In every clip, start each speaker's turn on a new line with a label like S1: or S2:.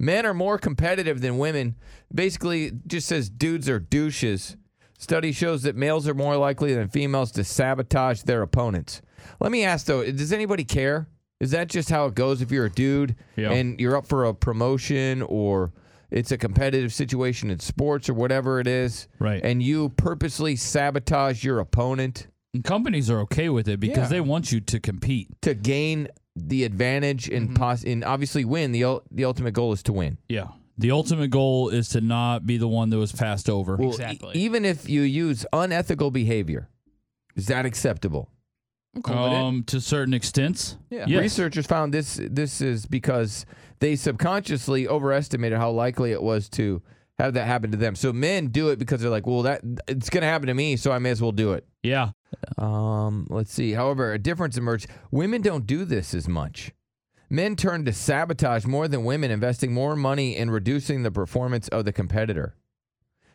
S1: Men are more competitive than women. Basically, it just says dudes are douches. Study shows that males are more likely than females to sabotage their opponents. Let me ask though, does anybody care? Is that just how it goes if you're a dude
S2: Yeah.
S1: and you're up for a promotion or it's a competitive situation in sports or whatever it is,
S2: Right.
S1: And you purposely sabotage your opponent
S2: And companies are okay with it because
S1: Yeah.
S2: they want you to compete.
S1: to gain the advantage
S2: Mm-hmm.
S1: and pos- and obviously win. the ul- The ultimate goal is to win.
S2: Yeah. The ultimate goal is to not be the one that was passed over.
S1: Well, e- even if you use unethical behavior, is that acceptable?
S2: um, to certain extents. Yes.
S1: Researchers found this this is because they subconsciously overestimated how likely it was to have that happen to them. So men do it because they're like, well, that it's going to happen to me, so I may as well do it.
S2: Yeah.
S1: Um, let's see. However, a difference emerged. Women don't do this as much. Men turn to sabotage more than women, investing more money in reducing the performance of the competitor.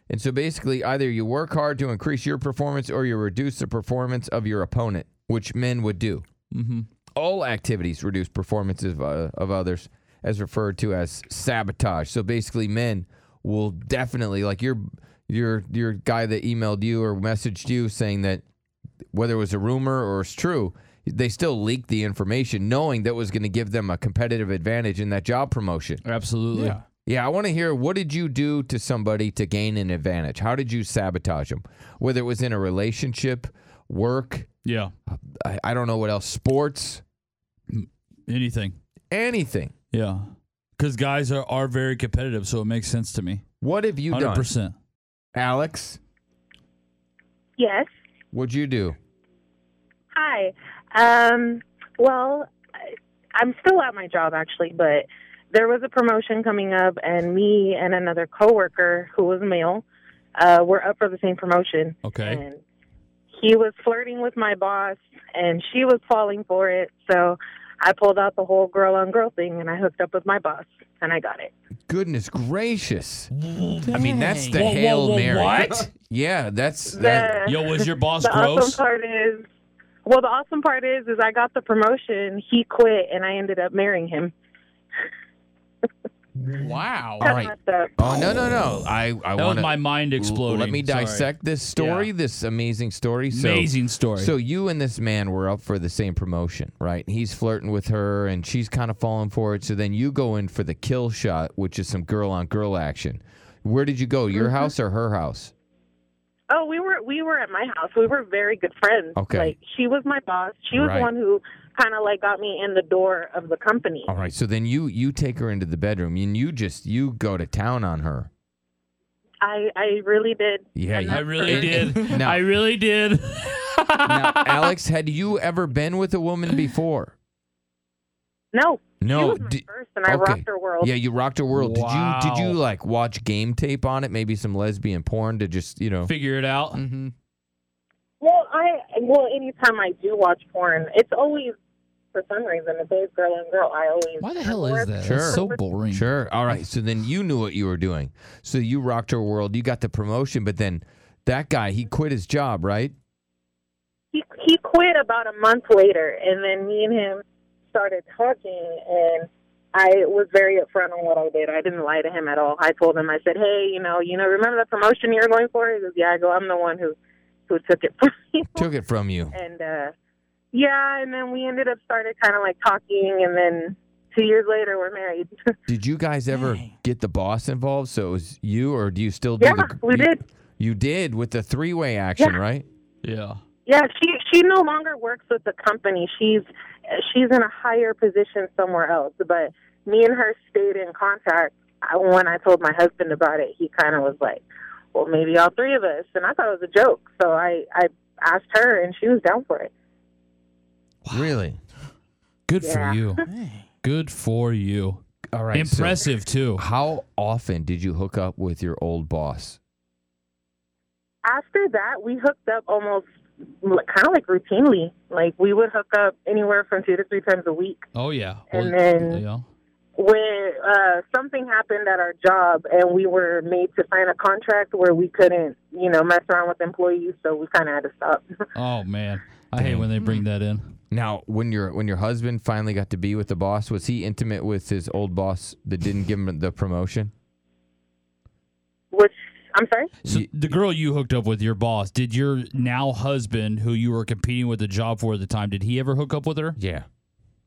S1: And so basically, either you work hard to increase your performance or you reduce the performance of your opponent, which men would do.
S2: Mm-hmm.
S1: All activities reduce performances of, uh, of others, as referred to as sabotage. So basically, men will definitely like your your your guy that emailed you or messaged you saying that whether it was a rumor or it's true, they still leaked the information, knowing that was going to give them a competitive advantage in that job promotion.
S2: Absolutely. Yeah.
S1: Yeah, I want to hear what did you do to somebody to gain an advantage? How did you sabotage them? Whether it was in a relationship, work, I, I don't know what else, sports,
S2: Anything.
S1: anything.
S2: Yeah. Because guys are, are very competitive, so it makes sense to me.
S1: What have you done?
S2: 100%.
S1: Alex,
S3: Yes.
S1: what'd you do?
S3: Hi. Um, well, I- I'm still at my job actually, but there was a promotion coming up, and me and another coworker who was male uh, were up for the same promotion.
S2: Okay.
S3: And he was flirting with my boss, and she was falling for it. So I pulled out the whole girl on girl thing, and I hooked up with my boss, and I got it.
S1: Goodness gracious. I mean, that's the
S2: Whoa, whoa,
S1: Hail
S2: whoa,
S1: Mary.
S2: what?
S1: Yeah, that's that.
S3: The-
S2: Yo, was your boss
S3: the
S2: gross?
S3: awesome part is, well, the awesome part is, is I got the promotion. He quit, and I ended up marrying him.
S2: Wow.
S1: All right.
S3: Messed up.
S1: Oh, no, no, no. I, I
S2: That was
S1: want
S2: my mind exploding.
S1: Let me
S2: Sorry.
S1: dissect this story,
S2: Yeah.
S1: this amazing story. So,
S2: Amazing story.
S1: So you and this man were up for the same promotion, right? And he's flirting with her, and she's kind of falling for it. So then you go in for the kill shot, which is some girl on girl action. Where did you go? Your house or her house?
S3: Oh, we were we were at my house. We were very good friends.
S1: Okay.
S3: Like she was my boss. She was
S1: Right.
S3: the one who kind of like got me in the door of the company.
S1: All right. So then you you take her into the bedroom, and you just you go to town on her.
S3: I I really did.
S1: Yeah,
S3: And
S1: you-
S2: I
S3: that's
S2: really
S3: her-
S2: did.
S1: Now-
S2: I really did.
S1: Now, Alex, had you ever been with a woman before?
S3: No. She
S1: No.
S3: was my
S1: Di-
S3: first, and I
S1: okay.
S3: rocked her world.
S1: Yeah, you rocked her world. Did you did you
S2: Wow.
S1: like watch game tape on it? Maybe some lesbian porn to just you know.
S2: Figure it out.
S1: Mm-hmm.
S3: Well, I well, anytime I do watch porn, it's always for some reason it's always girl on girl. I always.
S4: Why the hell is that?
S1: Sure.
S4: That's so boring.
S1: Sure. All right. So then you knew what you were doing. So you rocked her world. You got the promotion, but then that guy he quit his job, right?
S3: He he quit about a month later, and then me and him started talking and. I was very upfront on what I did. I didn't lie to him at all. I told him, I said, "Hey, you know, you know, remember that promotion you were going for?" He goes, "Yeah." I go, "I'm the one who, who took it from you."
S1: Took it from you.
S3: and uh yeah and then we ended up started kind of like talking and then two years later we're married
S1: Did you guys ever
S4: Dang.
S1: get the boss involved? So it was you, or do you still do?
S3: yeah
S1: the,
S3: we
S1: you,
S3: did
S1: You did with the three-way action,
S3: Yeah.
S1: right?
S2: Yeah.
S3: yeah she she no longer works with the company she's she's in a higher position somewhere else but me and her stayed in contact I- when i told my husband about it he kind of was like well maybe all three of us and i thought it was a joke so i i asked her and she was down for it
S1: Really?
S2: Good
S3: Yeah.
S2: for you. Good for you.
S1: All right. so
S2: Impressive too.
S1: how often did you hook up with your old boss?
S3: After that, we hooked up almost kind of like routinely. Like we would hook up anywhere from two to three times a week.
S2: Oh yeah.
S3: And then-
S2: yeah.
S3: where uh, something happened at our job and we were made to sign a contract where we couldn't, you know, mess around with employees, so we kind of had to stop.
S2: Oh man, I hate when they bring that in.
S1: Now, when your when your husband finally got to be with the boss, was he intimate with his old boss that didn't give him the promotion?
S3: Which I'm sorry.
S2: So
S1: Ye-
S2: the girl you hooked up with, your boss, did your now husband, who you were competing with the job for at the time, did he ever hook up with her?
S1: Yeah,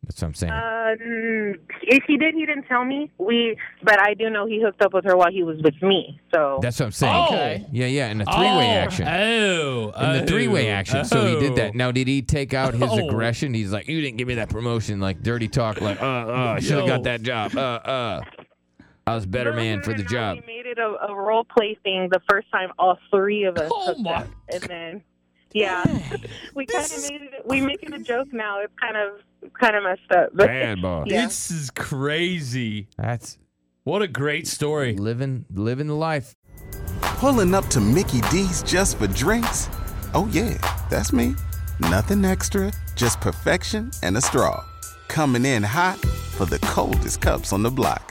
S1: that's what I'm saying.
S3: Um, if he did, he didn't tell me. We, but I do know he hooked up with her while he was with me. So
S1: that's what I'm saying.
S2: Okay.
S1: Yeah, yeah, in a three-way
S2: Oh,
S1: action.
S2: Oh,
S1: in the three-way action, so he did that. Now, did he take out his
S2: Oh.
S1: aggression? He's like, "You didn't give me that promotion." Like dirty talk, like, "Uh, uh,
S2: Oh,
S1: I should have got
S2: Yo.
S1: that job. Uh, uh, I was better man for the
S3: Roman and I,
S1: job."
S3: We made it a, a role play thing the first time all three of us.
S2: Oh,
S3: hooked
S2: my
S3: up. And then, yeah, we kind of made it. We make it a joke now. It's kind of kind of messed up. But
S1: Bad boss.
S3: Yeah.
S2: This is crazy.
S1: That's
S2: What a great story.
S1: living living the life.
S5: Pulling up to Mickey D's just for drinks? Oh, yeah, that's me. Nothing extra, just perfection and a straw. Coming in hot for the coldest cups on the block.